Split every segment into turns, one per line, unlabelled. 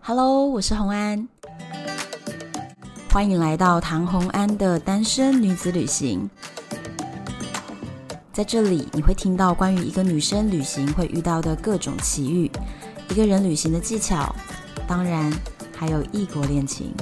Hello，我是红安，欢迎来到唐红安的单身女子旅行。在这里，你会听到关于一个女生旅行会遇到的各种奇遇，一个人旅行的技巧，当然还有异国恋情。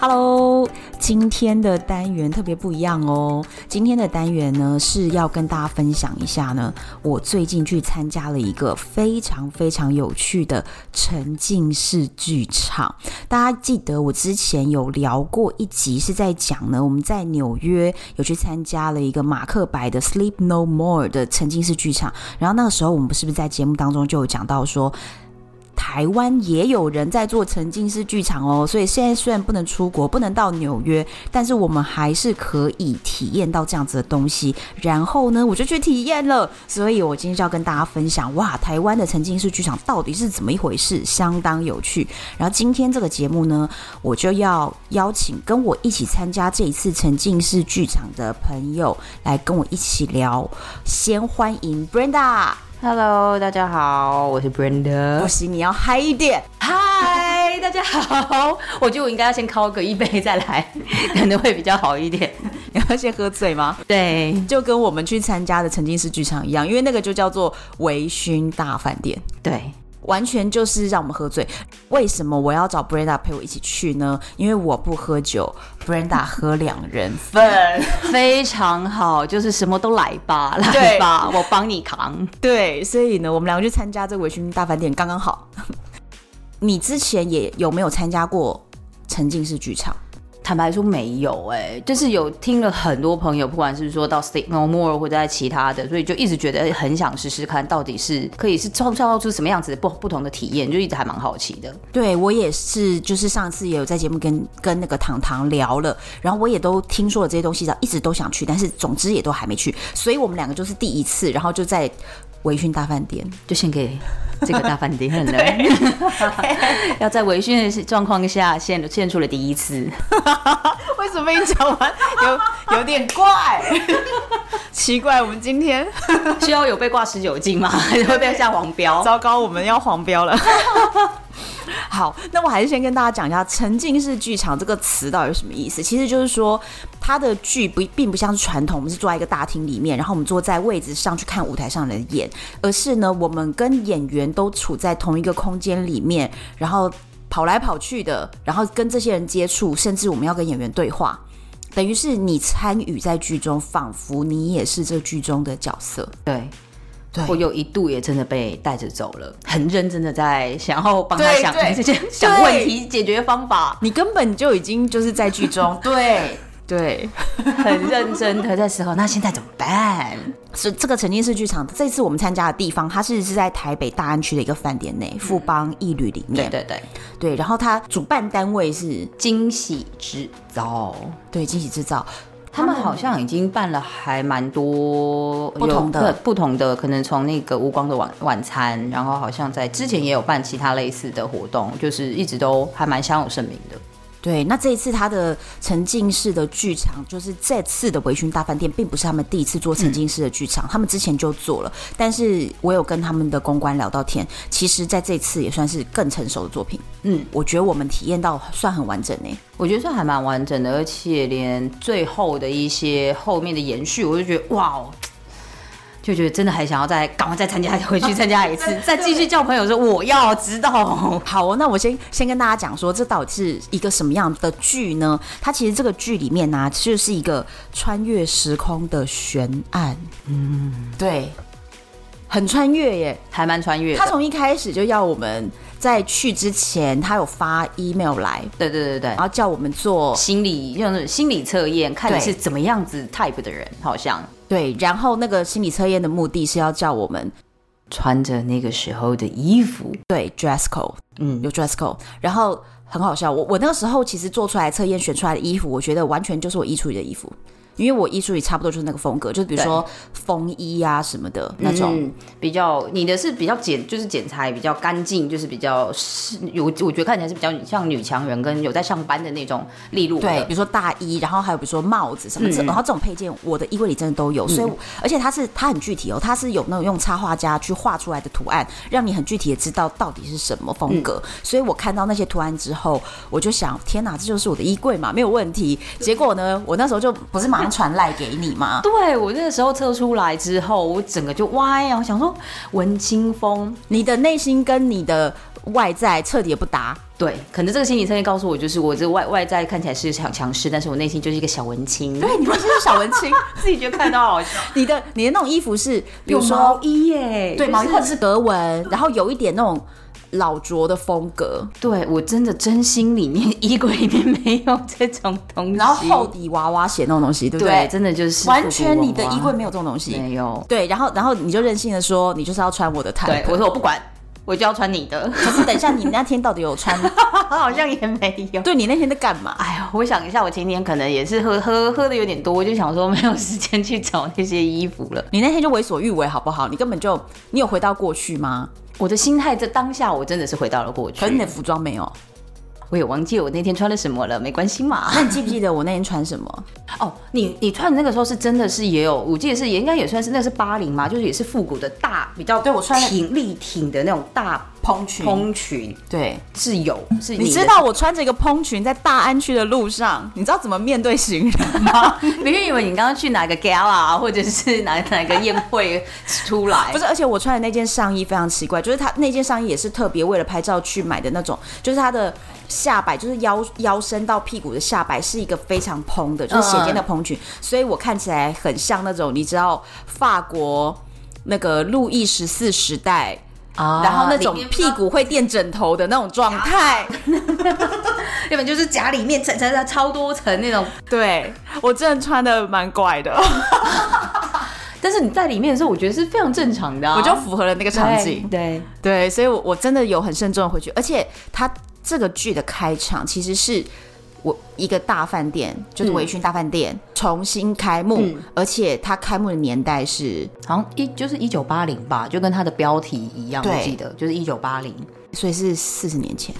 Hello，今天的单元特别不一样哦。今天的单元呢是要跟大家分享一下呢，我最近去参加了一个非常非常有趣的沉浸式剧场。大家记得我之前有聊过一集是在讲呢，我们在纽约有去参加了一个马克白的《Sleep No More》的沉浸式剧场，然后那个时候我们是不是在节目当中就有讲到说？台湾也有人在做沉浸式剧场哦，所以现在虽然不能出国，不能到纽约，但是我们还是可以体验到这样子的东西。然后呢，我就去体验了，所以我今天就要跟大家分享，哇，台湾的沉浸式剧场到底是怎么一回事，相当有趣。然后今天这个节目呢，我就要邀请跟我一起参加这一次沉浸式剧场的朋友来跟我一起聊。先欢迎 Brenda。
Hello，大家好，我是
不
Brenda。
行，你要嗨一点。
嗨，大家好，我觉得我应该要先敲个一杯再来，可能会比较好一点。
你要先喝醉吗？
对，
就跟我们去参加的沉浸式剧场一样，因为那个就叫做微醺大饭店，
对，
完全就是让我们喝醉。为什么我要找 Brenda 陪我一起去呢？因为我不喝酒，Brenda 喝两人份。
非常好，就是什么都来吧，
对
来吧，我帮你扛。
对，所以呢，我们两个去参加这微醺大饭店刚刚好。 你之前也有没有参加过沉浸式剧场？
坦白说没有哎、就是有听了很多朋友，不管是说到 Stick No More 或者在其他的，所以就一直觉得很想试试看，到底是可以是创造出什么样子的不不同的体验，就一直还蛮好奇的。
对我也是，就是上次也有在节目跟跟那个糖糖聊了，然后我也都听说了这些东西，然后一直都想去，但是总之也都还没去，所以我们两个就是第一次，然后就在微醺大饭店，
就献给这个大饭店 了。要在微醺的状况下献献出了第一次，
为什么你讲完有有点怪？ 奇怪，我们今天
需要有被挂持久镜吗？还是 会被下黄标？
糟糕，我们要黄标了。 好，那我还是先跟大家讲一下“沉浸式剧场”这个词到底是什么意思。其实就是说，它的剧不并不像是传统，我们是坐在一个大厅里面，然后我们坐在位置上去看舞台上的人演，而是呢，我们跟演员都处在同一个空间里面，然后跑来跑去的，然后跟这些人接触，甚至我们要跟演员对话，等于是你参与在剧中，仿佛你也是这剧中的角色。
对。
对
我有一度也真的被带着走了，很认真的在想要帮他
对
想
对
这些想问题解决方 法，
你根本就已经就是在剧 中，对对，
很认真的在思考，那现在怎么办？
是这个沉浸式剧场。这次我们参加的地方，它是是在台北大安区的一个饭店内，富邦一旅里
对
面。
对对，
嗯对然后它主办单位是
惊喜制造。
对惊喜制造，
他们好像已经办了还蛮多
不同的
有不不同的，可能从那个无光的晚晚餐，然后好像在之前也有办其他类似的活动，就是一直都还蛮相有盛名的。
对，那这一次他的沉浸式的剧场，就是这次的维醺大饭店，并不是他们第一次做沉浸式的剧场，他们之前就做了。但是我有跟他们的公关聊到天，其实在这次也算是更成熟的作品。
嗯，
我觉得我们体验到算很完整诶、
我觉得这还蛮完整的，而且连最后的一些后面的延续，我就觉得哇哦。就觉得真的很想要再赶快再参加回去参加 一次，再继续叫朋友说我要知道。
好哦，那我先先跟大家讲说，这到底是一个什么样的剧呢？它其实这个剧里面呢、就是一个穿越时空的悬案。嗯，对，很穿越耶。
还蛮穿越
他
的，
从一开始就要我们在去之前，他有发 email 来，
对对对对
然，后叫我们做
心理就是心理测验，看你
对
是怎么样子 type 的人，好像
对，然后那个心理测验的目的是要叫我们
穿着那个时候的衣服，
对 dress code。
嗯，
有 dress code，然后很好笑。我我那个时候其实做出来测验选出来的衣服，我觉得完全就是我衣橱里的衣服，因为我艺术也差不多就是那个风格，就是比如说风衣啊什么的那种。
嗯，比较你的是比较检，就是剪裁比较干净，就是比较是有，我觉得看起来是比较像女强人跟有在上班的那种利落
对，
的
比如说大衣，然后还有比如说帽子什么之，
嗯嗯嗯
然后这种配件，我的衣柜里真的都有。所以我，而且它是它很具体哦，它是有那种用插画家去画出来的图案，让你很具体的知道到底是什么风格。
嗯
所以我看到那些图案之后，我就想，天哪，这就是我的衣柜嘛，没有问题。结果呢，我那时候就不是马上传赖给你 嘛，
对我那个时候测出来之后，我整个就歪啊！我想说，文青风，
你的内心跟你的外在彻底的不搭。
对，可能这个心理测验告诉我，就是我这外外在看起来是强强势，但是我内心就是一个小文青，
哎对，你内心是小文 青，
自己觉得看到 好笑。
你的你的那种衣服是，比如说
衣耶，
对
对
毛
毛
衣
衣
或者是格纹，然后有一点那种老拙的风格，
对我真的真心里面衣柜里面没有这种东西，
然后厚底娃娃鞋那种东西，对不
对，
对？
真的就是
完全你的衣柜
没
没有这种东西。
没有。哎
对，然后然后你就任性的说，你就是要穿我的 type。
对，我说我不管，我就要穿你 的，
可是等一下，你那天到底有 穿？
好像也没有。
对你那天在干嘛？
哎呀，我想一下，我前天可能也是喝喝喝的有点多，我就想说没有时间去找那些衣服了。
你那天就为所欲为，好不好？你根本就你有回到过去吗？
我的心态在当下，我真的是回到了过去
可。是你的服装没有。
我也忘记我那天穿了什么了，没关系嘛。
那你记不记得我那天穿什么？
哦，你你穿的那个时候是真的是也有，我记得是也应该也算是那是八零嘛，就是也是复古的大比较，
对我穿了
挺立挺的那种大
蓬裙
蓬裙
对，
是有，是
你
的
知道我穿着一个蓬裙在大安区的路上，你知道怎么面对行人吗？
别人以 为你刚刚去哪个 gala 啊或者是哪哪个宴会出来，
不是，而且我穿的那件上衣非常奇怪，就是它那件上衣也是特别为了拍照去买的那种，就是它的下摆，就是腰腰身到屁股的下摆是一个非常蓬的，就是斜肩的蓬裙，所以我看起来很像那种你知道法国那个路易十四时代。
啊
然后那种屁，股会垫枕头的那种状态，
要不然就是夹里面层层层超多层那种。
对我真的穿的蛮怪的，
但是你在里面的时候，我觉得是非常正常的啊、
我就符合了那个场景。
对，
对，所以我我真的有很慎重的回去，而且他这个剧的开场其实是。我一个大饭店，就是微醺大饭店、重新开幕，
嗯
而且它开幕的年代是，
好像一就是一九八零吧，就跟它的标题一样，
对
我记得就是一九八零。
所以是四十年前，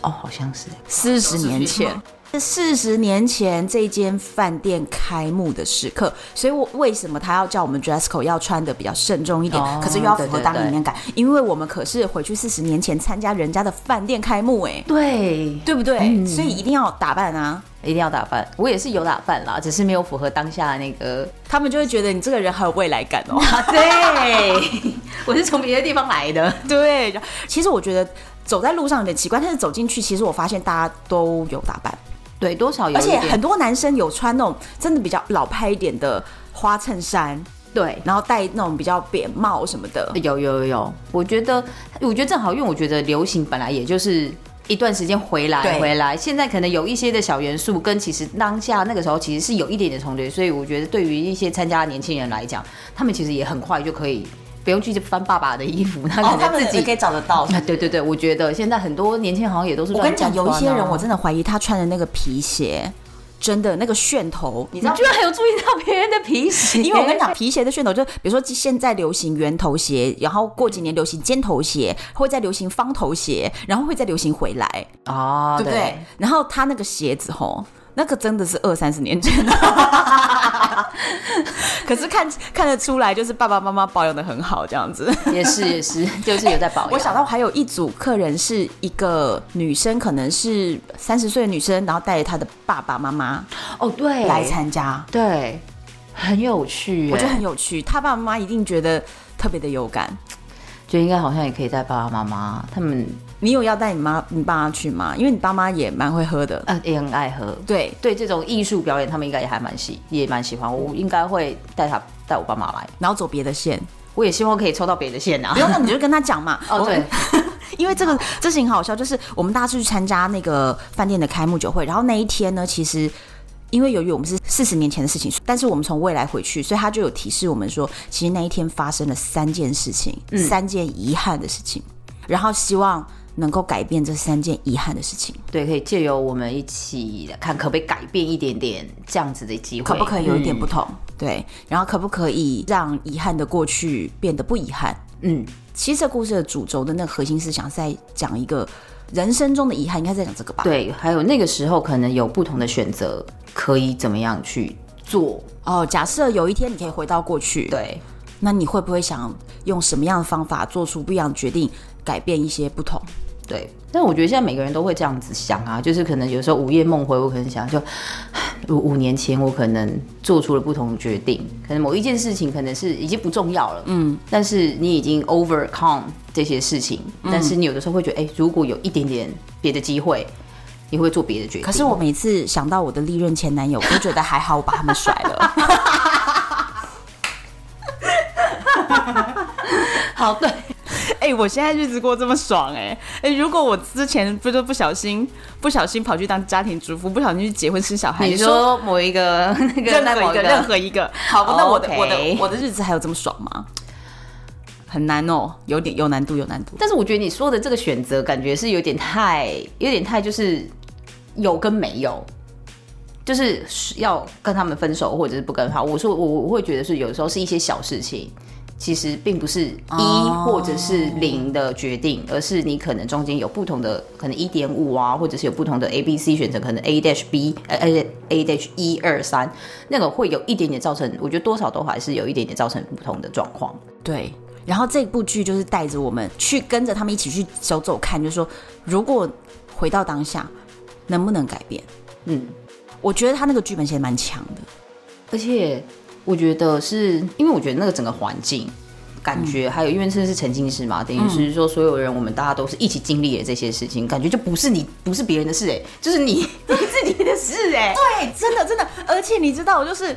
哦，好像是
四十年前，是四十年前这间饭店开幕的时刻，所以我为什么他要叫我们 dress code 要穿的比较慎重一点，
哦
可是又要符
对
合
对
当年
对
年感，因为我们可是回去四十年前参加人家的饭店开幕、哎，
对，
对不对？
嗯
所以一定要打扮啊，
一定要打扮。我也是有打扮啦，只是没有符合当下那个。
他们就会觉得你这个人很有未来感 哦。
啊，对，我是从别的地方来的。
对，然后其实我觉得走在路上有点奇怪，但是走进去，其实我发现大家都有打扮，
对，多少有
而
一
且
点。
很多男生有穿那种真的比较老派一点的花衬衫，
对，
然后戴那种比较扁帽什么的。
有有有有，我觉得，我觉得正好，因为我觉得流行本来也就是一段时间回
对
来回来，现在可能有一些的小元素，跟其实当下那个时候其实是有一点点重叠，所以我觉得对于一些参加的年轻人来讲，他们其实也很快就可以不用去翻爸爸的衣服，
哦
他可能自己。
以找得到
啊，对对对，我觉得现在很多年轻人好像也都是
嗯我
乱
跟你讲，
这样
有一些
穿啊
人我真的怀疑他穿的那个皮鞋，真的那个楦头，你知
你
道。
居然还有注意到别人的皮鞋，
因为我跟你 讲，皮鞋的楦头就比如说现在流行圆头鞋，然后过几年流行尖头鞋，会再流行方头鞋，然后会再流行回来。
啊，
对不对？然后他那个鞋子吼，那个真的是二三十年前的， 可是看看得出来，就是爸爸妈妈保养的很好这样子。
也是也是， 就是有在保养。
我想到还有一组客人是一个女生，可能是三十岁的女生，然后带着她的爸爸妈妈
哦，对，
来参加，
对，很有趣耶，
我觉得很有趣。她爸爸妈妈一定觉得特别的有感。
觉得应该好像也可以带爸爸妈妈，他们
你有要带你妈、你爸妈去吗？因为你爸妈也蛮会喝的。
呃也很爱喝。
对，
对这种艺术表演，他们应该也还蛮喜，也蛮喜欢。我应该会带他带我爸妈来，
然后走别的 线，
我也希望可以抽到别的线啊。
不。用，那你就跟他讲嘛
哦，
我
对，
因为这个这事情很好笑，就是我们大家去参加那个饭店的开幕酒会，然后那一天呢，其实。因为由于我们是四十年前的事情，但是我们从未来回去，所以他就有提示我们说，其
嗯
实那一天发生了三件事情，三件遗憾的事情，然后希望能够改变这三件遗憾的事情，
对，可以借由我们一起看，可不可以改变一点点这样子的机会，
可不可以有一点
嗯
不同？对，然后可不可以让遗憾的过去变得不遗憾？
嗯，
其实这故事的主轴的那个核心思想是在讲一个人生中的遗憾，应该在讲这个吧？
对，还有那个时候可能有不同的选择，可以怎么样去做？
哦，假设有一天你可以回到过去，，
对，
那你会不会想用什么样的方法做出不一样的决定，改变一些不同？
对，但我觉得现在每个人都会这样子想啊，就是可能有时候午夜梦回，我可能想就， 五五年前我可能做出了不同的决定，可能某一件事情可能是已经不重要了，嗯，但是你已经 overcome 这些事情，
嗯
但是你有的时候会觉得，哎、如果有一点点别的机会，你会做别的决定。
可是我每次想到我的历任前男友，我都觉得还好，我把他们甩了。
好， 对，
哎、我现在日子过这么爽、哎哎，如果我之前不就不小心不小心跑去当家庭主妇，不小心去结婚生小孩，
你说某一个 那个
任
那
何
某
一个任何一个，好吧，
哦
那我的
OK
我的我的日子还有这么爽吗？很难哦，有点有难度，有难度。
但是我觉得你说的这个选择，感觉是有点太，有点太就是有跟没有，就是要跟他们分手，或者是不跟他。我说我我会觉得是有时候是一些小事情，其实并不是一
哦
或者是零的决定，而是你可能中间有不同的，可能一点五啊，或者是有不同的 A、B、C 选择，可能 A dash B，呃 A A dash 一二三，那个会有一点点造成，我觉得多少都还是有一点点造成不同的状况。
对，然后这部剧就是带着我们去跟着他们一起去走走看，就是说如果回到当下，能不能改变？
嗯。
我觉得他那个剧本写的蛮强的，
而且我觉得是因为我觉得那个整个环境。感觉还有，因为这是沉浸式嘛，等于是说所有人，我们大家都是一起经历的这些事情，感觉就不是你，不是别人的事哎、就是你 你自己的事哎、
对，真的真的，而且你知道，我就是。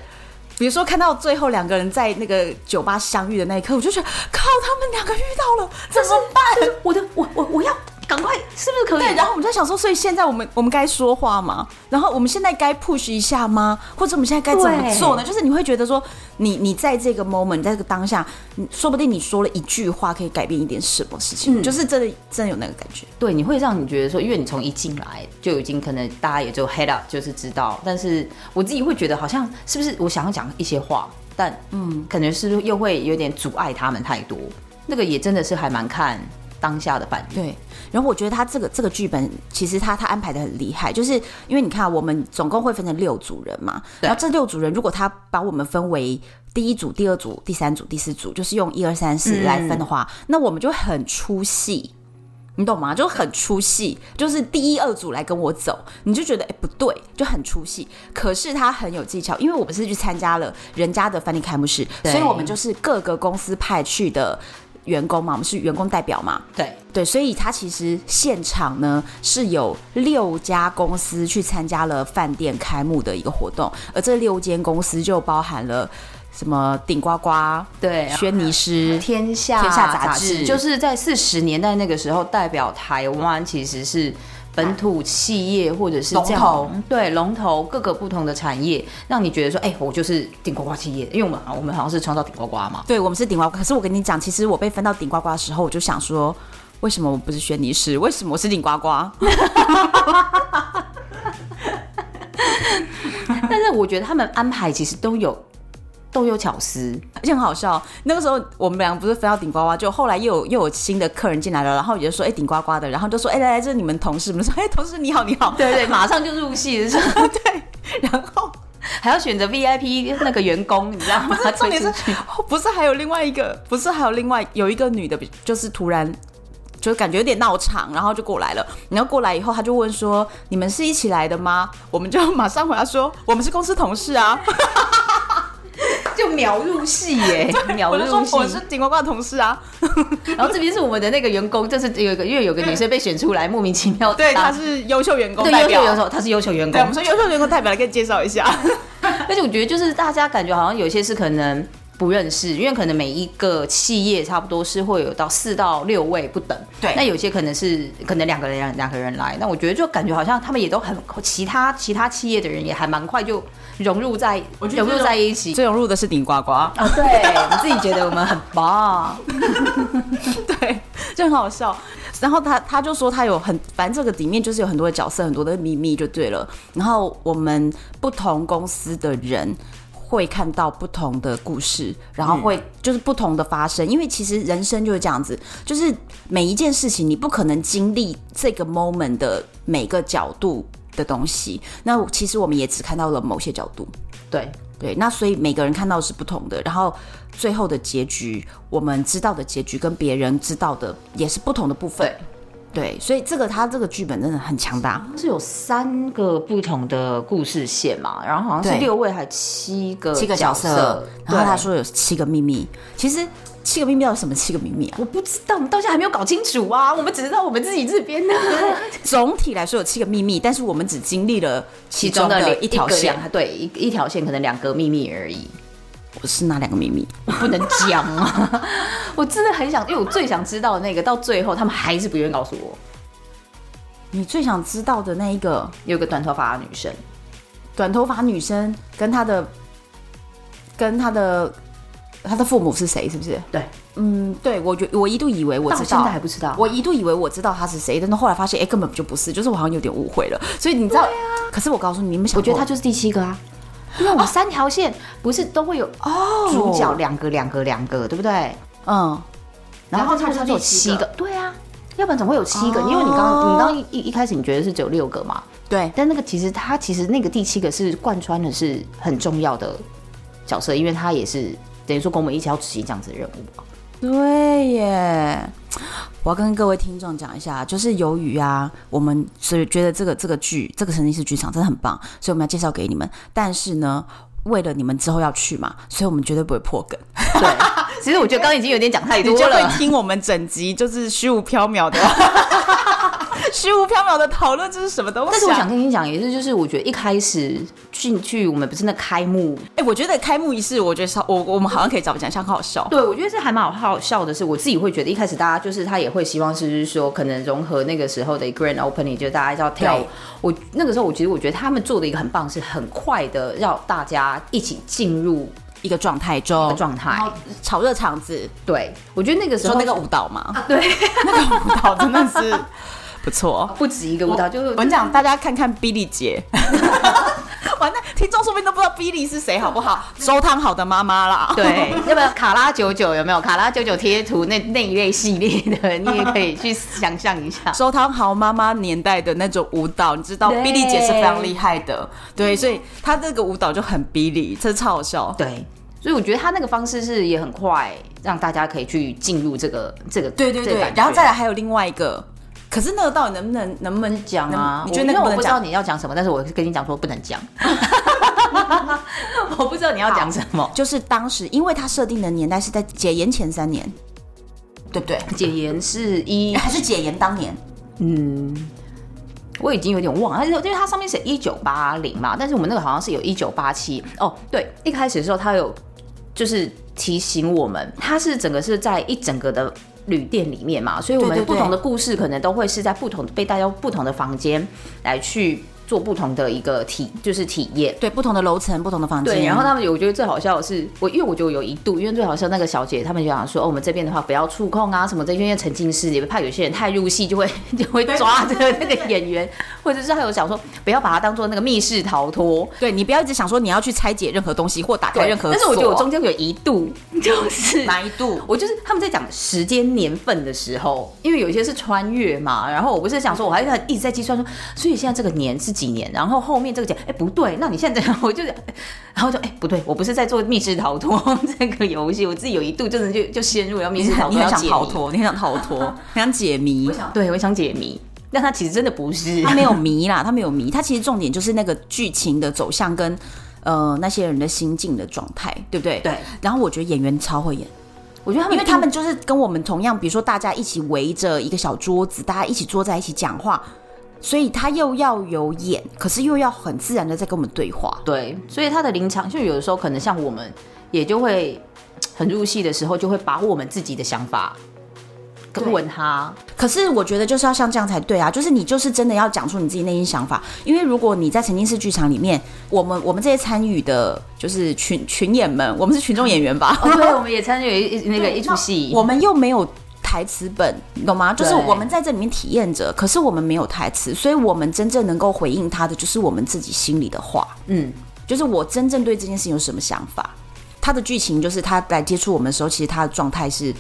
比如说，看到最后两个人在那个酒吧相遇的那一刻，我就觉得靠，他们两个遇到了，这是
就是我的，我我我要赶快，是不是可以？
对，然后我们在想说，所以现在我们我们该说话吗？然后我们现在该 push 一下吗？或者我们现在该怎么做呢？就是你会觉得说，你你在这个 moment，你在这个当下，你说不定你说了一句话可以改变一点什么事情，
嗯
就是真的真的有那个感觉。
对，你会让你觉得说，因为你从一进来就已经可能大家也就 head up 就是知道，但是我自己会觉得好像是不是我想要讲一些话，但嗯，可能是又会有点阻碍他们太多，那个也真的是还蛮看当下的反应。
对，然后我觉得他这个这个剧本，其实他他安排的很厉害，就是因为你看，啊我们总共会分成六组人嘛，
对
然后这六组人，如果他把我们分为第一组、第二组、第三组、第四组，就是用一二三四来
嗯
分的话，那我们就很出戏。你懂吗？就很出戏，就是第一、二组来跟我走，你就觉得哎、不对，就很出戏。可是他很有技巧，因为我们是去参加了人家的翻译开幕式，
对
所以我们就是各个公司派去的员工嘛，我们是员工代表嘛，
对，
对，所以他其实现场呢是有六家公司去参加了饭店开幕的一个活动，而这六间公司就包含了什么顶呱呱、
对啊
轩尼诗、
天下
天下杂志
就是在四十年代那个时候，代表台湾其实是本土企业或者是这
龙
样
头
对龙头各个不同的产业，让你觉得说，哎、我就是顶呱呱企业，因为我们好我们好像是创造顶呱呱嘛。
对，我们是顶呱呱。可是我跟你讲，其实我被分到顶呱呱的时候，我就想说，为什么我不是轩尼诗？为什么我是顶呱 呱？
但是我觉得他们安排其实都有都有巧思，
而且很好笑。那个时候我们俩不是分到顶呱呱，就后来又有又有新的客人进来了，然后也就说，哎、顶呱呱的，然后就说，哎、来来，这是你们同事，我们说，哎、同事你好，你好。
对 对，马上就入戏了，是吧
然后
还要选择 VIP 那个员工，你知道 吗？
不是 重点是哦
推出去，
不是还有另外一个，不是还有另外有一个女的，就是突然。就感觉有点闹场，然后就过来了。然后过来以后，她就问说：“你们是一起来的吗？”我们就马上回答说：“我们是公司同事啊。
就秒入戏 耶，”秒
我就说
入：“戏。
我们是顶呱呱的同事啊。
然后这边是我们的那个员工，这是有一个，因为有个女生被选出来，莫名其妙”
对，
当
她是优秀员工
对
代
优秀
表。
员工，她是优秀员
对，我们
工。
说优秀员工代表，可以介绍一下。
而且我觉得就是大家感觉好像有些是可能不认识，因为可能每一个企业差不多是会有到四到六位不等。
对
那有些可能是可能两个人两两个人来，那我觉得就感觉好像他们也都很其他其他企业的人也还蛮快就融入在
我觉得
融入
这种
在一 起。
最融入的是顶呱呱。
啊，对，你自己觉得我们很棒，
对，就很好笑。然后他他就说他有很，反正这个里面就是有很多的角色，很多的秘密就对了。然后我们不同公司的人。会看到不同的故事，然后会就是不同的发生，因为其实人生就是这样子，就是每一件事情你不可能经历这个 moment 的每个角度的东西。那其实我们也只看到了某些角度，
对，
对，那所以每个人看到是不同的，然后最后的结局，我们知道的结局跟别人知道的也是不同的部分。对，所以这个他这个剧本真的很强大。
是有三个不同的故事线嘛，然后好像是
对
六位还七个
七个角色，然
对，
后他说有七个秘密，其实七个秘密到底什么七个秘密啊？
我不知道，我们到现在还没有搞清楚啊，我们只知道我们自己这边的
总体来说有七个秘密，但是我们只经历了 其中的
两
一条
个
线。
两对一一条线可能两个秘密而已，
我是哪两个秘密？
我不能讲啊， 我真的很想，因为我最想知道的那个，到最后他们还是不愿意告诉我，
你最想知道的那一个
有一个短头发的女生，
短头发女生跟她的跟她的她的父母是谁？是不是？
对，
嗯，对我觉我一度以为我
到
知
现
道
在，还不知道，
我一度以为我知道他是谁，但是后来发现，哎、根本就不是，就是我好像有点误会了。所以你知道，可啊是我告诉你，你们想过，
我觉得他就是第七个啊，因为我们三条线不是都会有
哦
主角两个两个两个，对不对？
嗯，
然
然
后
后
他
他
就
就是
有
第
七
七
个
个，哦
对啊，要不然怎么会有七个？因为你刚刚你刚刚一一开始你觉得是只有六个嘛，
对，
但那个其实他其实那个第七个是贯穿的是很重要的角色，因为他也是等于说跟我们一起要执行这样子的任务 嘛。
对耶！我要跟各位听众讲一下，就是由于啊，我们是觉得这个这个剧，这个沉浸式剧场真的很棒，所以我们要介绍给你们。但是呢，为了你们之后要去嘛，所以我们绝对不会破梗，
对，啊其实我觉得刚刚已经有点讲太
你
多
就会
了。
听我们整集就是虚无缥缈的。 虚无缥缈的讨论这是什么东西、啊？
但是我想跟你讲，也是就是我觉得一开始进去我们不是那开幕，
哎、我觉得开幕仪式，我觉得超我我们好像可以找讲一下，很好笑。
对我觉得这还蛮好好笑的是，我自己会觉得一开始大家就是他也会希望是就是说可能融合那个时候的 grand opening，就是大家要跳舞
对。
我那个时候我其实我觉得他们做的一个很棒，是很快的让大家一起进入
一个状态中，
状态。
然后炒热场子，
对，我觉得那个时
说
候
那个舞蹈嘛，
啊对，
那个舞蹈真的 是不错。
不止一个舞蹈，就是
我跟你讲，大家看看 Billy 姐， 完蛋，听众说不定都不知道 Billy 是谁，好不好？周汤好的妈妈啦，
对，要不然卡拉九九有没有卡拉九九贴图那那一类系列的，你也可以去想象一 下。
周汤豪妈妈年代的那种舞蹈，你知道
对
Billy 姐是非常厉害的，对，所以她这个舞蹈就很 Billy，这超好笑。
对，所以我觉得他那个方式是也很快，让大家可以去进入这个这个
对对
这个
对
感，觉
然后再来还有另外一个，可是那个到底能不能能不能
讲啊，
能你觉得那个
我
不
因为我
能
不知道
讲？
你要讲什么，但是我跟你讲说不能讲， 我不知道你要讲什 么。
就是当时因为它设定的年代是在解严前三年，对不对？
解严是一，
还是解严当年？
我已经有点忘了，它是因为它上面写一九八零嘛，但是我们那个好像是有一九八七哦。对，一开始的时候它有就是提醒我们，它是整个是在一整个的旅店里面嘛，所以我
对
们
对对
不同的故事可能都会是在不同被带到不同的房间来去做不同的一个体，就是体验。
对，不同的楼层，不同的房间。
对，然后他们有我觉得最好笑的是，我因为我觉得我有一度，因为最好笑那个小姐，他们就想说，哦，我们这边的话不要触控啊什么的，因为沉浸式，也怕有些人太入戏就会 就会抓着那个演员， 或者是还有想说不要把它当做那个密室逃脱。
对你不要一直想说你要去拆解任何东西或打开任何锁，
但是我觉得我中间有一度 就是
哪一度？
我就是他们在讲时间年份的时候，因为有一些是穿越嘛，然后我不是想说，我还在一直在计算说，所以现在这个年是几年，然后后面这个讲，哎、不对，那你现在我就是，然后就哎、不对，我不是在做密室逃脱 这个游戏，我自己有一度真的就就陷入了密
你
室
是
逃
你
脱，
很
要
想
解谜
逃，脱，你很想逃 脱，你想解谜。
对，我想解谜，但它其实真的不是
他，没有迷啦，他没有迷，他其实重点就是那个剧情的走向跟呃那些人的心境的状态，对不对？
对。
然后我觉得演员超会演。
我觉得他们
因为他们就是跟我们同样，比如说大家一起围着一个小桌子，大家一起坐在一起讲话，所以他又要有演，可是又要很自然的在跟我们对话。
对，所以他的临场就有的时候可能像我们也就会很入戏的时候，就会把我们自己的想法跟
对
问他。
可是我觉得就是要像这样才对啊，就是你就是真的要讲出你自己内心想法，因为如果你在沉浸式剧场里面，我们我们这些参与的就是群群演们，我们是群众演员吧？
哦 哦，对，我们也参与一一那个一出戏，
我们又没有。台词本，你懂吗？就是
对
我们在这里面体验着，可是我们没有台词，所以我们真正能够回应他的，就是我们自己心里的话。
嗯，
就是我真正对这件事情有什么想法。他的剧情就是他来接触我们的时候，其实他的状态是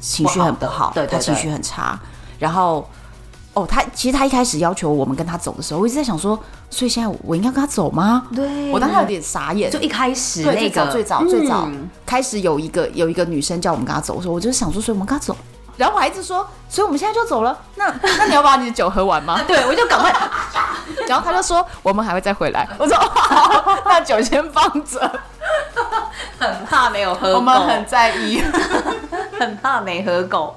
情绪很不
不好
好，
的对
他
对
情绪很差。哦然后，哦，他其实他一开始要求我们跟他走的时候，我一直在想说，所以现在我应该跟他走吗？
对
我当时有点傻眼，
就一开始
对
那
最早
个
最早最早
嗯
开始有一个有一个女生叫我们跟她走，我说我就想说，所以我们跟她走。然后我还一直说，所以我们现在就走了。那那你要把你的酒喝完吗？
对，我就赶快，
然后他就说我们还会再回来。我说 好，那酒先放 着，
很怕没有喝够，
我们很在 意。
很怕没喝够。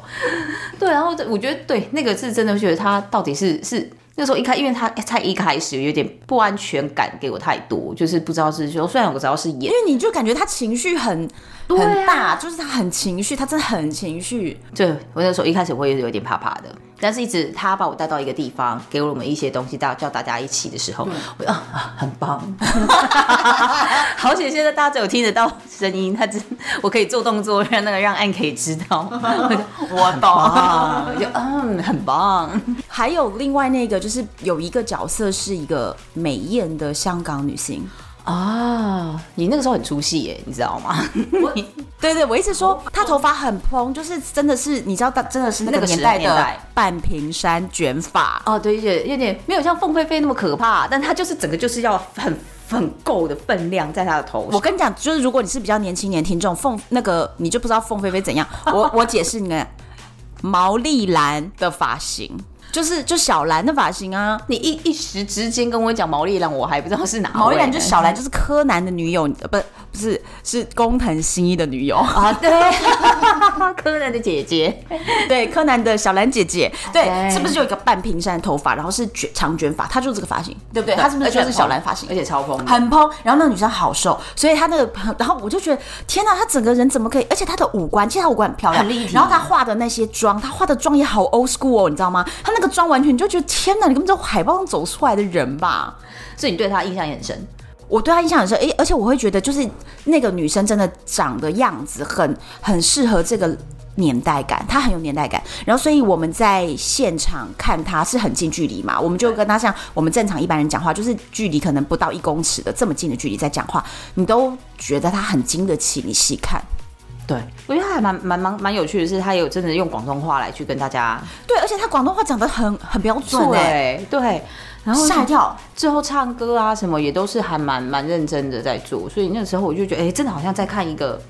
对，然后这我觉得对那个是真的，觉得他到底是是那时候一开，因为他才一开始有点不安全感给我太多，就是不知道是说，虽然我知道是演
因，为你就感觉他情绪很
对啊
很大，就是他很情绪，他真的很情绪。
对我那时候一开始会有点怕怕的，但是一直他把我带到一个地方，给我们一些东西，大叫大家一起的时候，我就啊啊很棒， 好险现在大家只有听得到声音，他只我可以做动作让那个让暗可以知道， 我懂，我就嗯很棒，
还有另外那个就是有一个角色是一个美艳的香港女星，
啊，你那个时候很出戏耶，你知道吗？
对对，我一直说她头发很蓬，就是真的是你知道，她真的是那
哦那
个
个
年
时
代
年
的
代
半屏山卷发。
哦，对，有点有点没有像凤飞飞那么可怕，但她就是整个就是要很很够的分量在她的头
我
上。
跟你讲，就是如果你是比较年轻一点的听众，凤那个你就不知道凤飞飞怎样。我我解释你看，毛丽兰的发型就是就小兰的发型啊，
你一一时之间跟我讲毛利兰，我还不知道是哪位呢。
毛利兰就是小兰，就是柯南的女友，呃不不是是工藤新一的女友，
啊，对， 柯南的姐姐，
对，柯南的小兰姐姐，对，
对
是不是就有一个半平山的头发，然后是卷长卷发，她就是这个发型，对不对？她是不是
而且哦
就
很
是小兰
蓬
发型
而？且超蓬的，
很蓬，然后那个女生好瘦，所以她那个，然后我就觉得天哪，她整个人怎么可以？而且她的五官，其实她五官很漂亮，
很立体
然后她化的那些妆，她化的妆也好 old school 哦，你知道吗？她那个妆完全你就觉得天哪，你根本就海报上走出来的人吧。
所以你对她印象也很深。
我对她印象很深，诶，而且我会觉得就是那个女生真的长的样子很很适合这个。年代感，她很有年代感，然后所以我们在现场看她是很近距离嘛，我们就跟她像我们正常一般人讲话，就是距离可能不到一公尺的这么近的距离在讲话，你都觉得她很经得起你细看。
对，我觉得她还蛮蛮蛮蛮有趣的是，她有真的用广东话来去跟大家
对，而且她广东话讲的很很标准哎、
对对，然后
吓一跳。
最后唱歌啊什么也都是还蛮蛮认真的在做，所以那时候我就觉得，哎、真的好像在看一个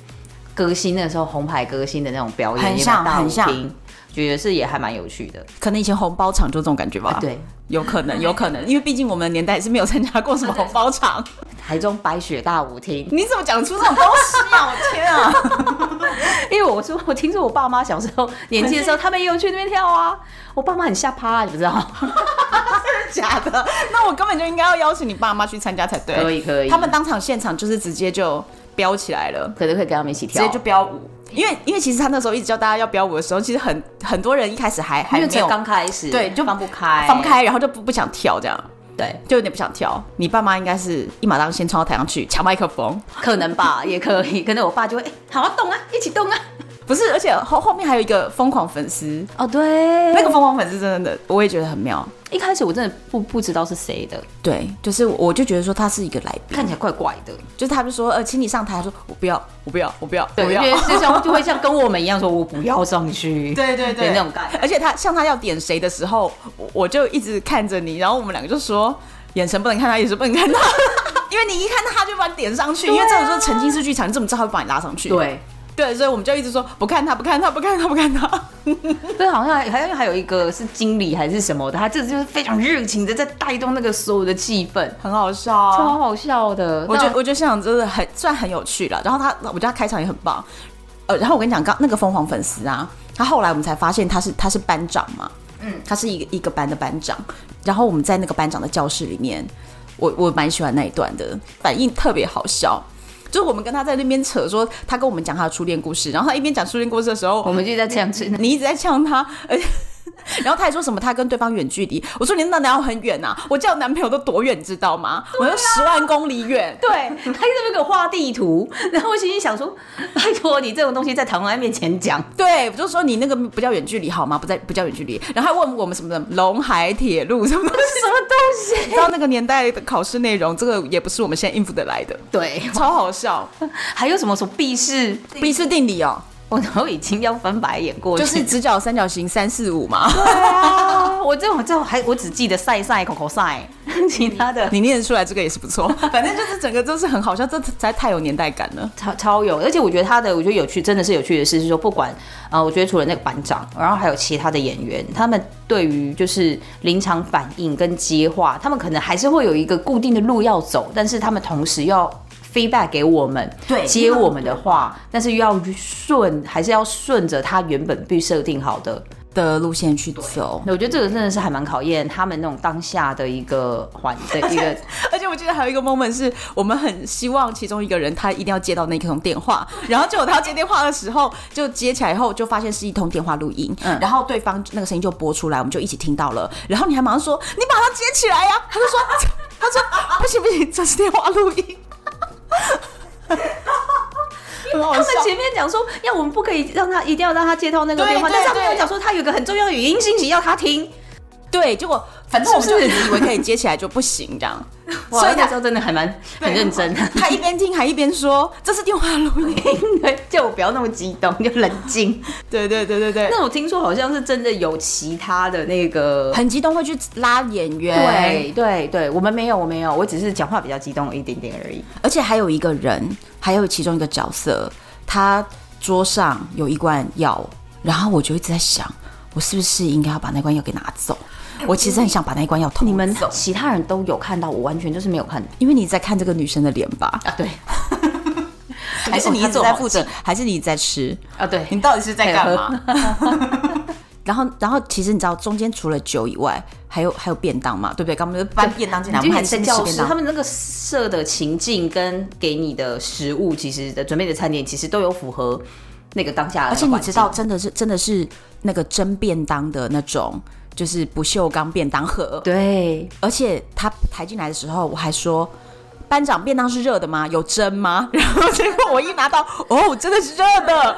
歌星，那时候红牌歌星的那种表演，
很像
一个大舞
很像
厅，觉得是也还蛮有趣的。
可能以前红包场就这种感觉吧，
啊，，对，
有可能，有可能，因为毕竟我们的年代是没有参加过什么红包场。
台中白雪大舞厅，
你怎么讲出这种东西啊？我天啊！
因为我说我听说我爸妈小时候年轻的时候，他们也有去那边跳啊，我爸妈很吓趴、啊你不知 道？
假的，那我根本就应该要邀请你爸妈去参加才对。
可以可以
他们当场现场就是直接就飙起来了，
可能可以跟他们一起
直
跳，
接就飙舞。因为因为其实他那时候一直教大家要飙舞的时候，其实很很多人一开始还还
因为
没有
才刚开始，
对就
放不开，
放不，开，然后就不不想跳这样。
对，
就有点不想跳，你爸妈应该是一马当先冲到台上去抢麦克风，
可能吧，也可以，可能我爸就会，哎、好啊，动啊，一起动啊，
不是？而且后后面还有一个疯狂粉丝，
哦，对
那个疯狂粉丝真的我也觉得很妙。
一开始我真的不不知道是谁的，
对，就是我就觉得说他是一个来宾，
看起来怪怪的，
就是他就说呃，请你上台，他说我不要，我不要，我不要，我
对，
不
因
要。
为就像就会像跟我们一样说，我不要上 去，
对对对，
那种感觉。
而且他像他要点谁的时候，我我就一直看着你，然后我们两个就说眼神不能看他，眼神不能看 他，因为你一看到他就把你点上去，因为
对啊
这种就是沉浸式剧场，你怎么知道他会把你拉上去？
对，
对，所以我们就一直说不看他，不看他，不看他，不看他。
对，好像还还有还有一个是经理还是什么的，他这就是非常热情的在带动那个所有的气氛，
很好笑啊、
超好笑的。
我觉
那
得我觉得现场真的很算很有趣了。然后他，我觉得他开场也很棒。呃，然后我跟你讲，刚那个疯狂粉丝啊，他后来我们才发现他是他是班长嘛，嗯，他是一个一个班的班长。然后我们在那个班长的教室里面，我我蛮喜欢那一段的，反应特别好笑。就是我们跟他在那边扯说，他跟我们讲他的初恋故事，然后他一边讲初恋故事的时候，
我们就在这样子，
你一直在呛他，而且 然后他还说什么他跟对方远距离，我说你那哪有很远啊？我叫男朋友都多远，你知道吗？我说十万公里远。
对，他一直在给我画地图，然后我心里想说， 拜托你这种东西在唐安面前讲，
对，我就说你那个不叫远距离好吗？不在不叫远距离。然后还问我们什么的龙海铁路什么东西，
什么东西？
你知道那个年代的考试内容，这个也不是我们现在应付得来的，
对，
超好 笑。
还有什么什么避世，
毕氏定理哦，
我都已经要翻白眼过去。
就是直角三角形三四五嘛。
啊，我这种这种还我只记得晒晒口口晒， 其他的
你念得出来这个也是不错， 反正就是整个都是很好笑，这实在太有年代感了。
超超有，而且我觉得他的，我觉得有趣，真的是有趣的事是说，不管呃，我觉得除了那个班长，然后还有其他的演员，他们对于就是临场反应跟接话，他们可能还是会有一个固定的路要走，但是他们同时要 feedback 给我们，
对
接我们的话，但是又要顺，还是要顺着他原本被设定好的。
的路线去走，
那我觉得这个真的是还蛮考验他们那种当下的一个环的一个。
而且我记得还有一个 moment 是我们很希望其中一个人他一定要接到那一通电 话，然后结果他接电话的时候就接起来以后就发现是一通电话录音，
嗯
然后对方那个声音就播出来，我们就一起听到了，然后你还马上说你把它接起来呀、他就说 他说不行不行，这是电话录 音。很好
他
笑
们前面讲说，要我们不可以让他，一定要让他接到那个
对
电话，
对
但是他没有
对
讲说他有一个很重要的语音信息要他听。
对，结果反正我们就以为可以接起来就不行这 样，
所
所
以
以
那
他
时候真的还蛮很认真。
他一边听还一边说这是电话录音。
对，叫我不要那么激动，就冷静。
对对对对对，
那我听说好像是真的有其他的那个。
很激动会去拉演员，
对对对，我们没有，我没有，我只是讲话比较激动了一点点而已。
而且还有一个人，还有其中一个角色，他桌上有一罐药，然后我就一直在想，我是不是应该要把那罐药给拿走？哎我其实很想把那罐药偷
你们
走，
其他人都有看到，我完全就是没有看
因为你在看这个女生的脸吧？
啊。 对，
还是你一直
做
在负责？还是你在吃？
啊？对，
你到底是在
干
干
嘛
嘛？然后，然后其实你知道，中间除了酒以外，还有还有便当嘛，对不对？刚刚我们就搬便当进来，我
就
们还
很
吃
像
便
教室，
当
他。们那个设的情境跟给你的食物，其实的准备的餐点，其实都有符合那个当下的
而且你
环
知
境
道，真的是真的是那个蒸便当的那种，就是不锈钢便当盒。
对，
而且他抬进来的时候，我还说。班长便当是热的吗？有蒸吗？ 然后结果我一拿到，哦，真的是热的。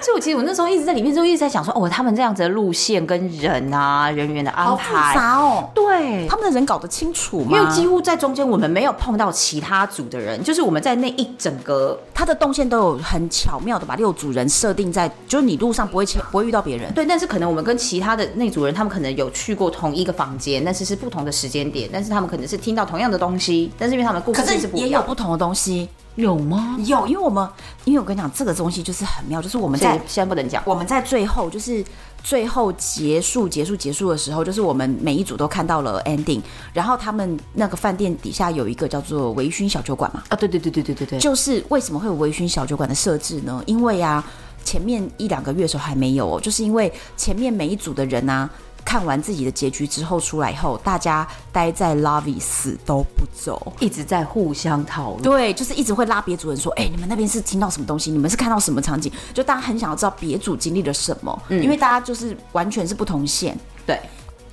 所以我其实我那时候一直在里面，就一直在想说，哦，他们这样子的路线跟人啊人员的安排，
哦！
对。
他们的人搞得清楚吗？
因为几乎在中间，我们没有碰到其他组的人，就是我们在那一整个
他的动线都有很巧妙的把六组人设定在，就是你路上不会切不会遇到别人。
对，但是可能我们跟其他的那组人，他们可能有去过同一个房间，但是是不同的时间点，但是他们可能是听到同样的东西，但是因为他们故事
可
性
是
是不
也
一
有
样。
不同的东西，
有吗？
有，因为我们，因为我跟你讲，这个东西就是很妙，就是我们
现在
在
现在不能讲。
我们在最后就是最后结束结束结束的时候，就是我们每一组都看到了 ending，然后他们那个饭店底下有一个叫做微醺小酒馆嘛，
啊，对对对对对对对，
就是为什么会有微醺小酒馆的设置呢？因为啊，前面一两个月的时候还没有哦，就是因为前面每一组的人啊。看完自己的结局之后出来以后，大家待在 lobby 死都不走，
一直在互相讨论。
对，就是一直会拉别组人说，哎、你们那边是听到什么东西？你们是看到什么场景？就大家很想要知道别组经历了什么，因为大家就是完全是不同线。
嗯对，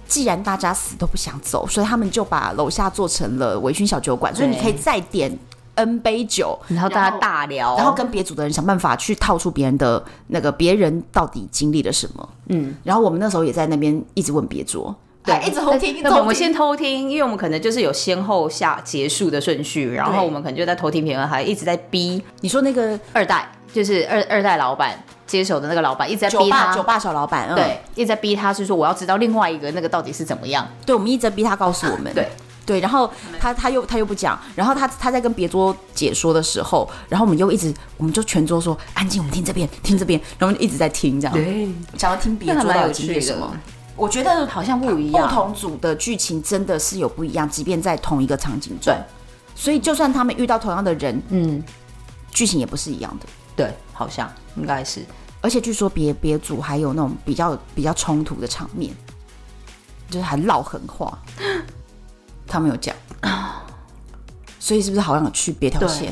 既然大家死都不想走，所以他们就把楼下做成了微醺小酒馆，所以你
对
可以再点 N 杯酒，
然后大家大聊，
然后跟别组的人想办法去套出别人的那个别人到底经历了什么。嗯，然后我们那时候也在那边一直问别桌，
对
还一直偷听，一直
那我
偷
们
听。
先偷听，因为我们可能就是有先后下结束的顺序，然后我们可能就在偷听评论，还一直在逼
你说那个
二代，就是二二代老板接手的那个老板，一直在
酒
逼
吧
他
酒。吧小老板，嗯、
对，一直在逼他，是说我要知道另外一个那个到底是怎么样。
对，我们一直在逼他告诉我们，
对
对，然后
嗯
他他又他又不讲，然后他他在跟别桌解说的时候，然后我们又一直我们就全桌说安静，我们听这边听这边，然后一直在听这样，
对，
想要听别
那还
桌
蛮
到
有
底经历
趣
什
的
么。。我觉得
嗯好像不一
不
样。
同组的剧情真的是有不一样，即便在同一个场景中，所以就算他们遇到同样的人，
嗯，
剧情也不是一样的。
对，好像应该是。
而且据说别别组还有那种比较比较冲突的场面，就是还唠狠 话，他们有讲，所以是不是好像有去别条
对
线？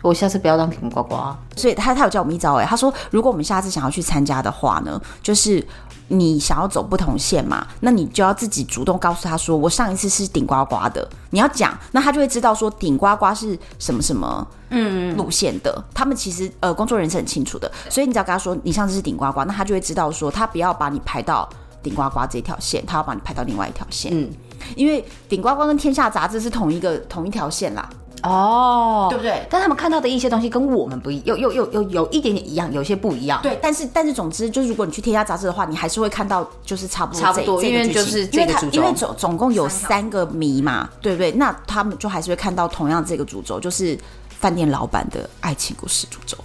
我我下次不要当甜瓜瓜。
所以他他有教我们一招哎、他说如果我们下次想要去参加的话呢，就是你想要走不同线嘛，那你就要自己主动告诉他说，我上一次是顶呱呱的，你要讲，那他就会知道说顶呱呱是什么什么嗯路线的。他们其实呃工作人员是很清楚的，所以你只要跟他说你上次是顶呱呱，那他就会知道说他不要把你排到顶呱呱这条线，他要把你排到另外一条线。
嗯，
因为顶呱呱跟天下杂志是同一个同一条线啦，
哦，
对不对？
但他们看到的一些东西跟我们不一，又又又又有一点点一样，有些不一样。
对，但是但是总之就是，如果你去天下杂志的话，你还是会看到就是差不多
差不
这
多
这个
因为
剧情
就是
因为
这个
它
主
因为
轴
总总共有三个谜嘛，对不对？那他们就还是会看到同样这个主轴，就是饭店老板的爱情故事主轴。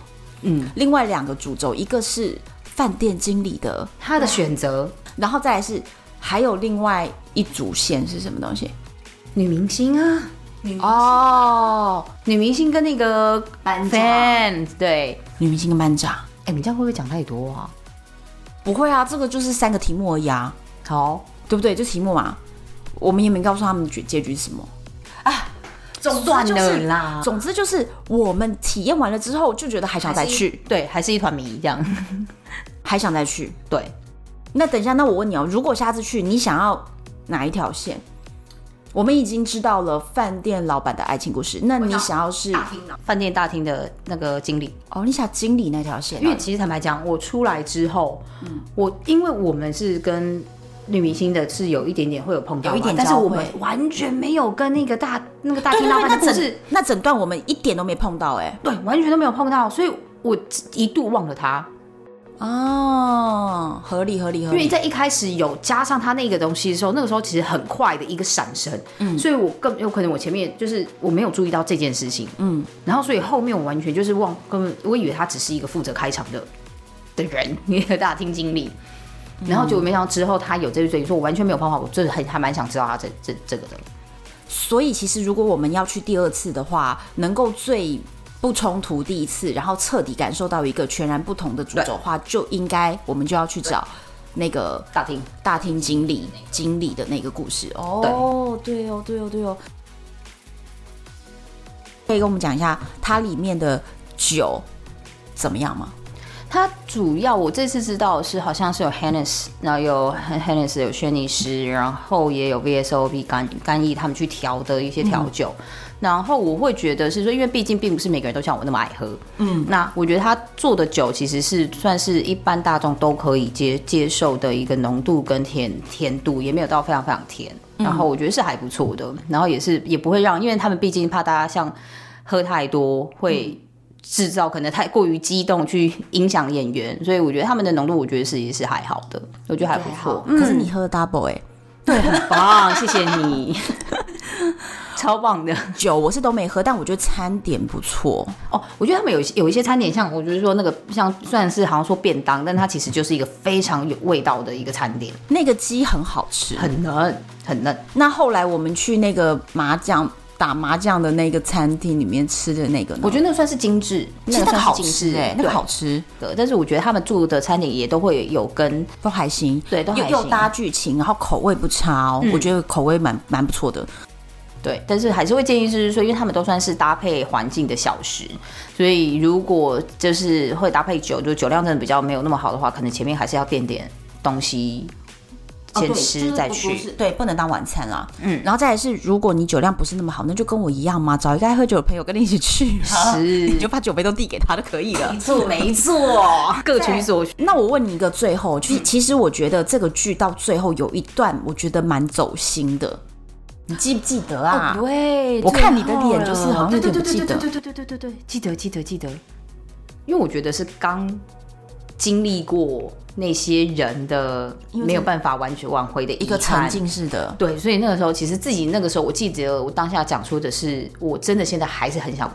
嗯，
另外两个主轴，一个是饭店经理的，
他的选择，
然后再来是还有另外一组线是什么东西？
女明星啊，哦，女明星跟那个
搬家，
fan，对，
女明星跟班长。
哎、你这样会不会讲太多啊？
不会啊，这个就是三个题目而已啊，
好，
对不对？就题目嘛，我们也没告诉他们结结局是什么。
总之
算
就
了
是
啦，
总之就是我们体验完了之后，就觉得还想再去，
对，还是一团迷这样，
还想再去。
对，
那等一下，那我问你哦，如果下次去，你想要哪一条线？我们已经知道了饭店老板的爱情故事，那你想要是
大厅呢，
饭店大厅的那个经理。
哦，你想经理那条线
因为
啊、
其实坦白讲，我出来之后，
嗯
我因为我们是跟女明星的是有一点点会有碰到嘛，
有一点
但是
交
我
汇
们完全没有跟那个大那个大
对
厅
对
老
对，
板的
那
故事
整，那整段我们一点都没碰到哎、
对，完全都没有碰到，所以我一度忘了他，
哦，合理合理合
因为
理，
在一开始有加上他那个东西的时候，那个时候其实很快的一个闪身，所以我更有可能我前面就是我没有注意到这件事情，
嗯，
然后所以后面我完全就是忘，根本我以为他只是一个负责开场的的人，一个大厅经理。然后结果没想到之后他有这个追求，说我完全没有办法，我真的很还蛮想知道他这这这个的。
所以其实如果我们要去第二次的话，能够最不冲突第一次，然后彻底感受到一个全然不同的主轴的话，就应该我们就要去找那个
大厅
大厅经理经理的那个故事哦，对哦，对哦，对哦，可以跟我们讲一下它里面的酒怎么样吗？
它主要我这次知道的是好像是有 Hennes，然后有 Hennes 有轩尼诗，然后也有 VSOP 干干邑他们去调的一些调酒。然后我会觉得是说，因为毕竟并不是每个人都像我那么爱喝，嗯，那我觉得他做的酒其实是算是一般大众都可以接接受的一个浓度跟甜甜度，也没有到非常非常甜。然后我觉得是还不错的，然后也是也不会让，因为他们毕竟怕大家像喝太多会制造可能太过于激动去影响演员，所以我觉得他们的浓度我觉得是也是还好的，我觉得还不错，嗯
可是你喝 double 哎、
对，很棒， 谢谢你，超棒的
酒我是都没喝，但我觉得餐点不错。
哦！我觉得他们有一些有一些餐点像，我就是说那个像虽然是好像说便当，但它其实就是一个非常有味道的一个餐点，
那个鸡很好吃，
很嫩很嫩。
那后来我们去那个麻将打麻将的那个餐厅里面吃的那个呢，
我觉得那个算是精致，
其实那
个
个
算
好
是精
吃
致
哎、那个
对
好吃，
的，但是我觉得他们做的餐点也都会有跟
都还行，
对都
又
还
又
行
搭剧情，然后口味不差哦，我觉得口味蛮蛮不错的。
对，但是还是会建议就是说，因为他们都算是搭配环境的小食，所以如果就是会搭配酒，就酒量真的比较没有那么好的话，可能前面还是要垫点东西。
哦
先吃再去，
对，不能当晚餐啦。嗯
嗯，
然后再来是，如果你酒量不是那么好，那就跟我一样嘛，找一个爱喝酒的朋友跟你一起去啊，
是
你就把酒杯都递给他就可以了。
错 没错，
各取所需。
那我问你一个最后，就是其实我觉得这个剧到最后有一段，我觉得蛮走心的，你记不记得啊？
对，
我
最
看你的
后
脸就是
了
好像有
对对
点不
对
记
对对
得。
对对对对对对，
记得记得记得，因为我觉得是刚经历过那些人的没有办法完全挽回的
一个
遗
沉
憾
浸式的，
对，所以那个时候其实自己那个时候，我记得我当下讲出的是，我真的现在还是很想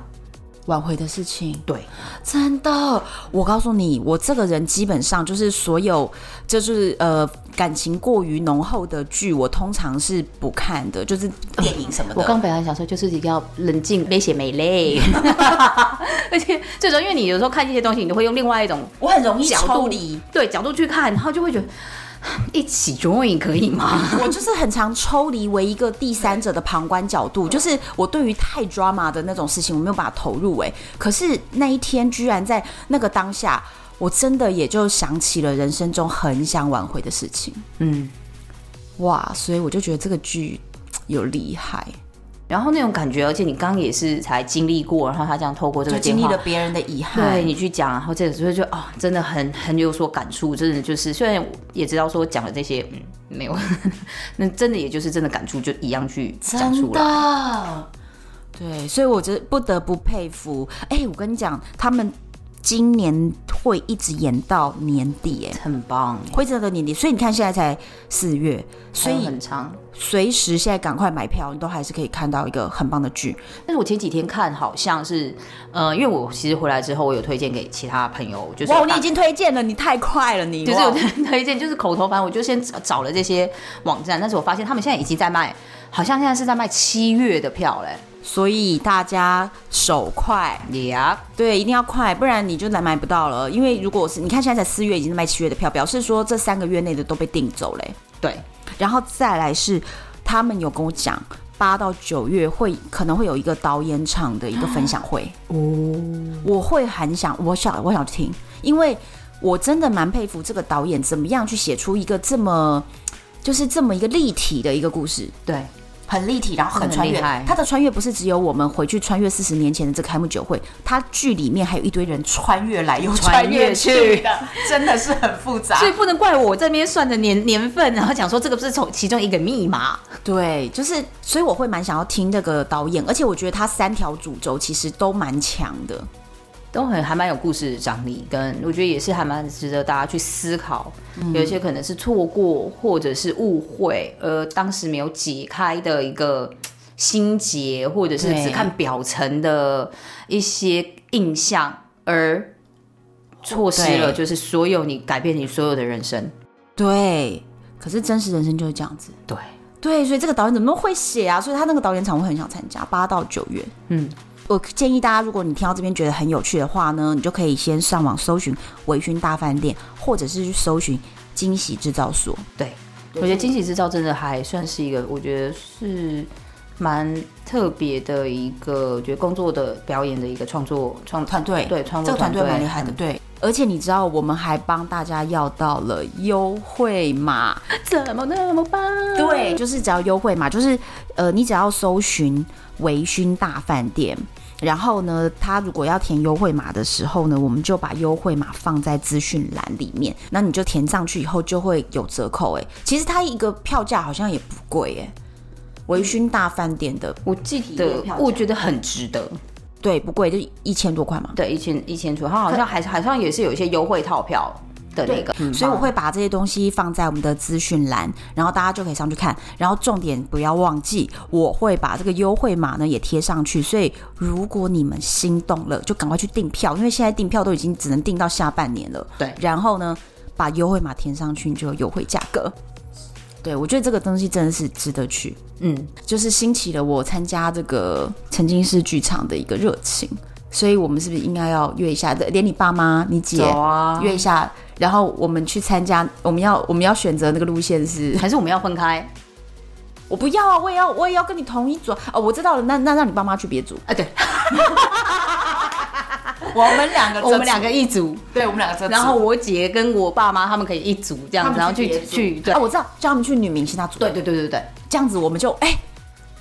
挽回的事情，
对，
真的，我告诉你，我这个人基本上就是所有就是呃感情过于浓厚的剧，我通常是不看的，就是电影什么的。
我刚本来想说，就是一定要冷静、没血、没泪，而且最主要，因为你有时候看这些东西，你都会用另外一种
我很容易
角
抽
度
离，
对角度去看，然后就会觉得嗯一起 join 可以吗？
我就是很常抽离为一个第三者的旁观角度，就是我对于太 drama 的那种事情，我没有把它投入哎、可是那一天居然在那个当下，我真的也就想起了人生中很想挽回的事情。
嗯，
哇，所以我就觉得这个剧有厉害，
然后那种感觉，而且你刚刚也是才经历过，然后他这样透过这
就
个电
经历
话
了，别人的遗憾。
对你去讲，然后这个时候就哦，真的很很有所感触，真的就是虽然也知道说讲的这些，嗯，没有， 那真的也就是真的感触就一样去讲
真
出来，
的，对，所以我就不得不佩服。哎、我跟你讲，他们今年会一直演到年底、哎，
很棒，
会一直到年底。所以你看，现在才四月，所
还有
以
很长。
随时现在赶快买票，你都还是可以看到一个很棒的剧。
但是我前几天看好像是，呃，因为我其实回来之后，我有推荐给其他朋友，就是
哇，
有
你
大
已经推荐了，你太快了，你
就是
哇
有推荐，就是口头，反正我就先找找了这些网站，但是我发现他们现在已经在卖，好像现在是在卖七月的票嘞。
所以大家手快，
Yeah，
对，一定要快，不然你就难买不到了。因为如果是你看现在才四月，已经卖七月的票，表示说这三个月内的都被订走嘞、
对，
然后再来是他们有跟我讲，八到九月会可能会有一个导演场的一个分享会。哦，我会很想，我想我想听，因为我真的蛮佩服这个导演怎么样去写出一个这么。就是这么一个立体的一个故事，
对，
很立体，然后很
很
穿
厉
越
害。
它的穿越不是只有我们回去穿越四十年前的这个开幕酒会，它剧里面还有一堆人穿越来又
穿
穿越
越
去
去
的，真的是很复杂。
所以不能怪我在那边算着年年份，然后讲说这个不是从其中一个密码。
对，就是，所以我会蛮想要听这个导演，而且我觉得他三条主轴其实都蛮强的。
都很还蛮有故事张力，跟我觉得也是还蛮值得大家去思考。有一些可能是错过或者是误会，呃，当时没有解开的一个心结，或者是
对
只看表层的一些印象而。错失了，
对
就是所有你改变你所有的人生。
对，可是真实人生就是这样子。
对，
对，所以这个导演怎么那么会写啊？所以他那个导演场我很想参加，八到九月。
嗯，
我建议大家，如果你听到这边觉得很有趣的话呢，你就可以先上网搜寻“微醺大饭店”，或者是去搜寻“惊喜制造所
对，我觉得惊喜制造真的还算是一个，我觉得是蛮特别的一个，我觉得工作的表演的一个创作创”
团队。
对，创
这
作
个团队嗯蛮厉
队
害的，对。而且你知道，我们还帮大家要到了优惠码，
怎么那么棒？
对，就是只要优惠嘛，就是呃，你只要搜寻“微醺大饭店”，然后呢，他如果要填优惠码的时候呢，我们就把优惠码放在资讯栏里面，那你就填上去以后就会有折扣。哎，其实它一个票价好像也不贵哎，微醺大饭店的
我记
体验
得
票，价
我觉得很值得。
对不贵，就一千多块嘛。
对，一千一千出，它好像还好像也是有一些优惠套票的那个，嗯
所以我
棒
会把这些东西放在我们的资讯栏，然后大家就可以上去看。然后重点不要忘记，我会把这个优惠码呢也贴上去。所以如果你们心动了，就赶快去订票，因为现在订票都已经只能订到下半年了。
对
然后呢，把优惠码填上去，你就有优惠价格。对，我觉得这个东西真的是值得去，
嗯，
就是兴起了我参加这个沉浸式剧场的一个热情。所以我们是不是应该要约一下？连你爸妈、你姐、
走啊，
约一下，然后我们去参加。我们要我们要选择那个路线是，
还是我们要分开？
我不要啊，我也要我也要跟你同一组啊哦。我知道了，那那让你爸妈去别组，
啊， 对，
我们两个
我们两个一组，
对我们两个
然后我姐跟我爸妈他们可以一组这样子，然后去去对
啊，。我知道叫他们去女明星那组，
对对对对对
这样子我们就哎。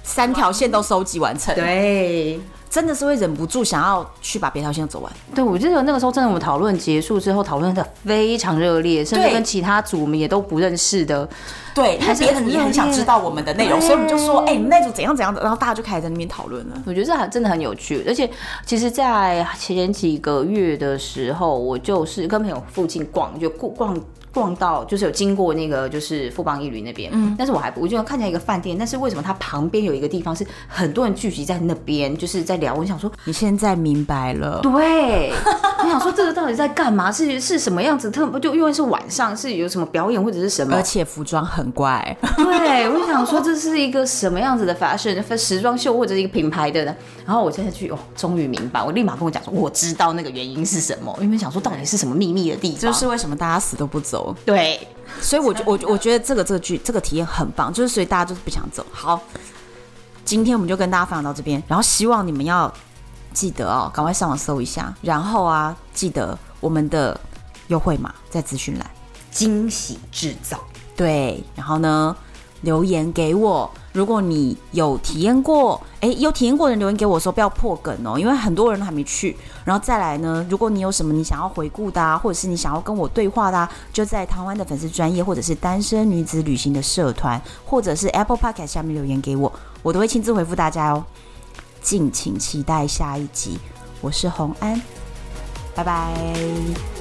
三条线都收集完成，，
对
真的是会忍不住想要去把别条线走完。
对，我记得那个时候真的，我们讨论结束之后，讨论的非常热烈，甚至
对
跟其他组我们也都不认识的，
对，
还是
别人
很
也很想
热烈
知道我们的内容，所以我们就说，哎、你们那组怎样怎样的，然后大家就开始在那边讨论了。
我觉得这还真的很有趣，而且其实，在前几个月的时候，我就是跟朋友附近逛，就逛逛逛到，就是有经过那个就是富邦一旅那边，嗯，但是我还不，我就看见一个饭店，但是为什么它旁边有一个地方是很多人聚集在那边，就是在聊，我想说，
你现在明白了，
对， 我想说这个到底在干嘛？是是什么样子？特就因为是晚上，是有什么表演或者是什么
而？且服装很怪，
对，我想说这是一个什么样子的 fashion 时装秀或者是一个品牌的呢？然后我现在去哦，终于明白，我立马跟我讲说，我知道那个原因是什么。因为想说到底是什么秘密的地方？
就是为什么大家死都不走。
对，
所以我觉我我觉得这个这个剧这个体验很棒，就是所以大家就是不想走。好，今天我们就跟大家分享到这边，然后希望你们要记得哦，赶快上网搜一下，然后啊，记得我们的优惠码在资讯栏，
惊喜制造。
对，然后呢留言给我。如果你有体验过，诶，有体验过的人留言给我说不要破梗哦，因为很多人都还没去。然后再来呢，如果你有什么你想要回顾的、啊，或者是你想要跟我对话的、啊，就在台湾的粉丝专业，或者是单身女子旅行的社团，或者是 Apple Podcast 下面留言给我，我都会亲自回复大家哦。敬请期待下一集，我是红安，拜拜。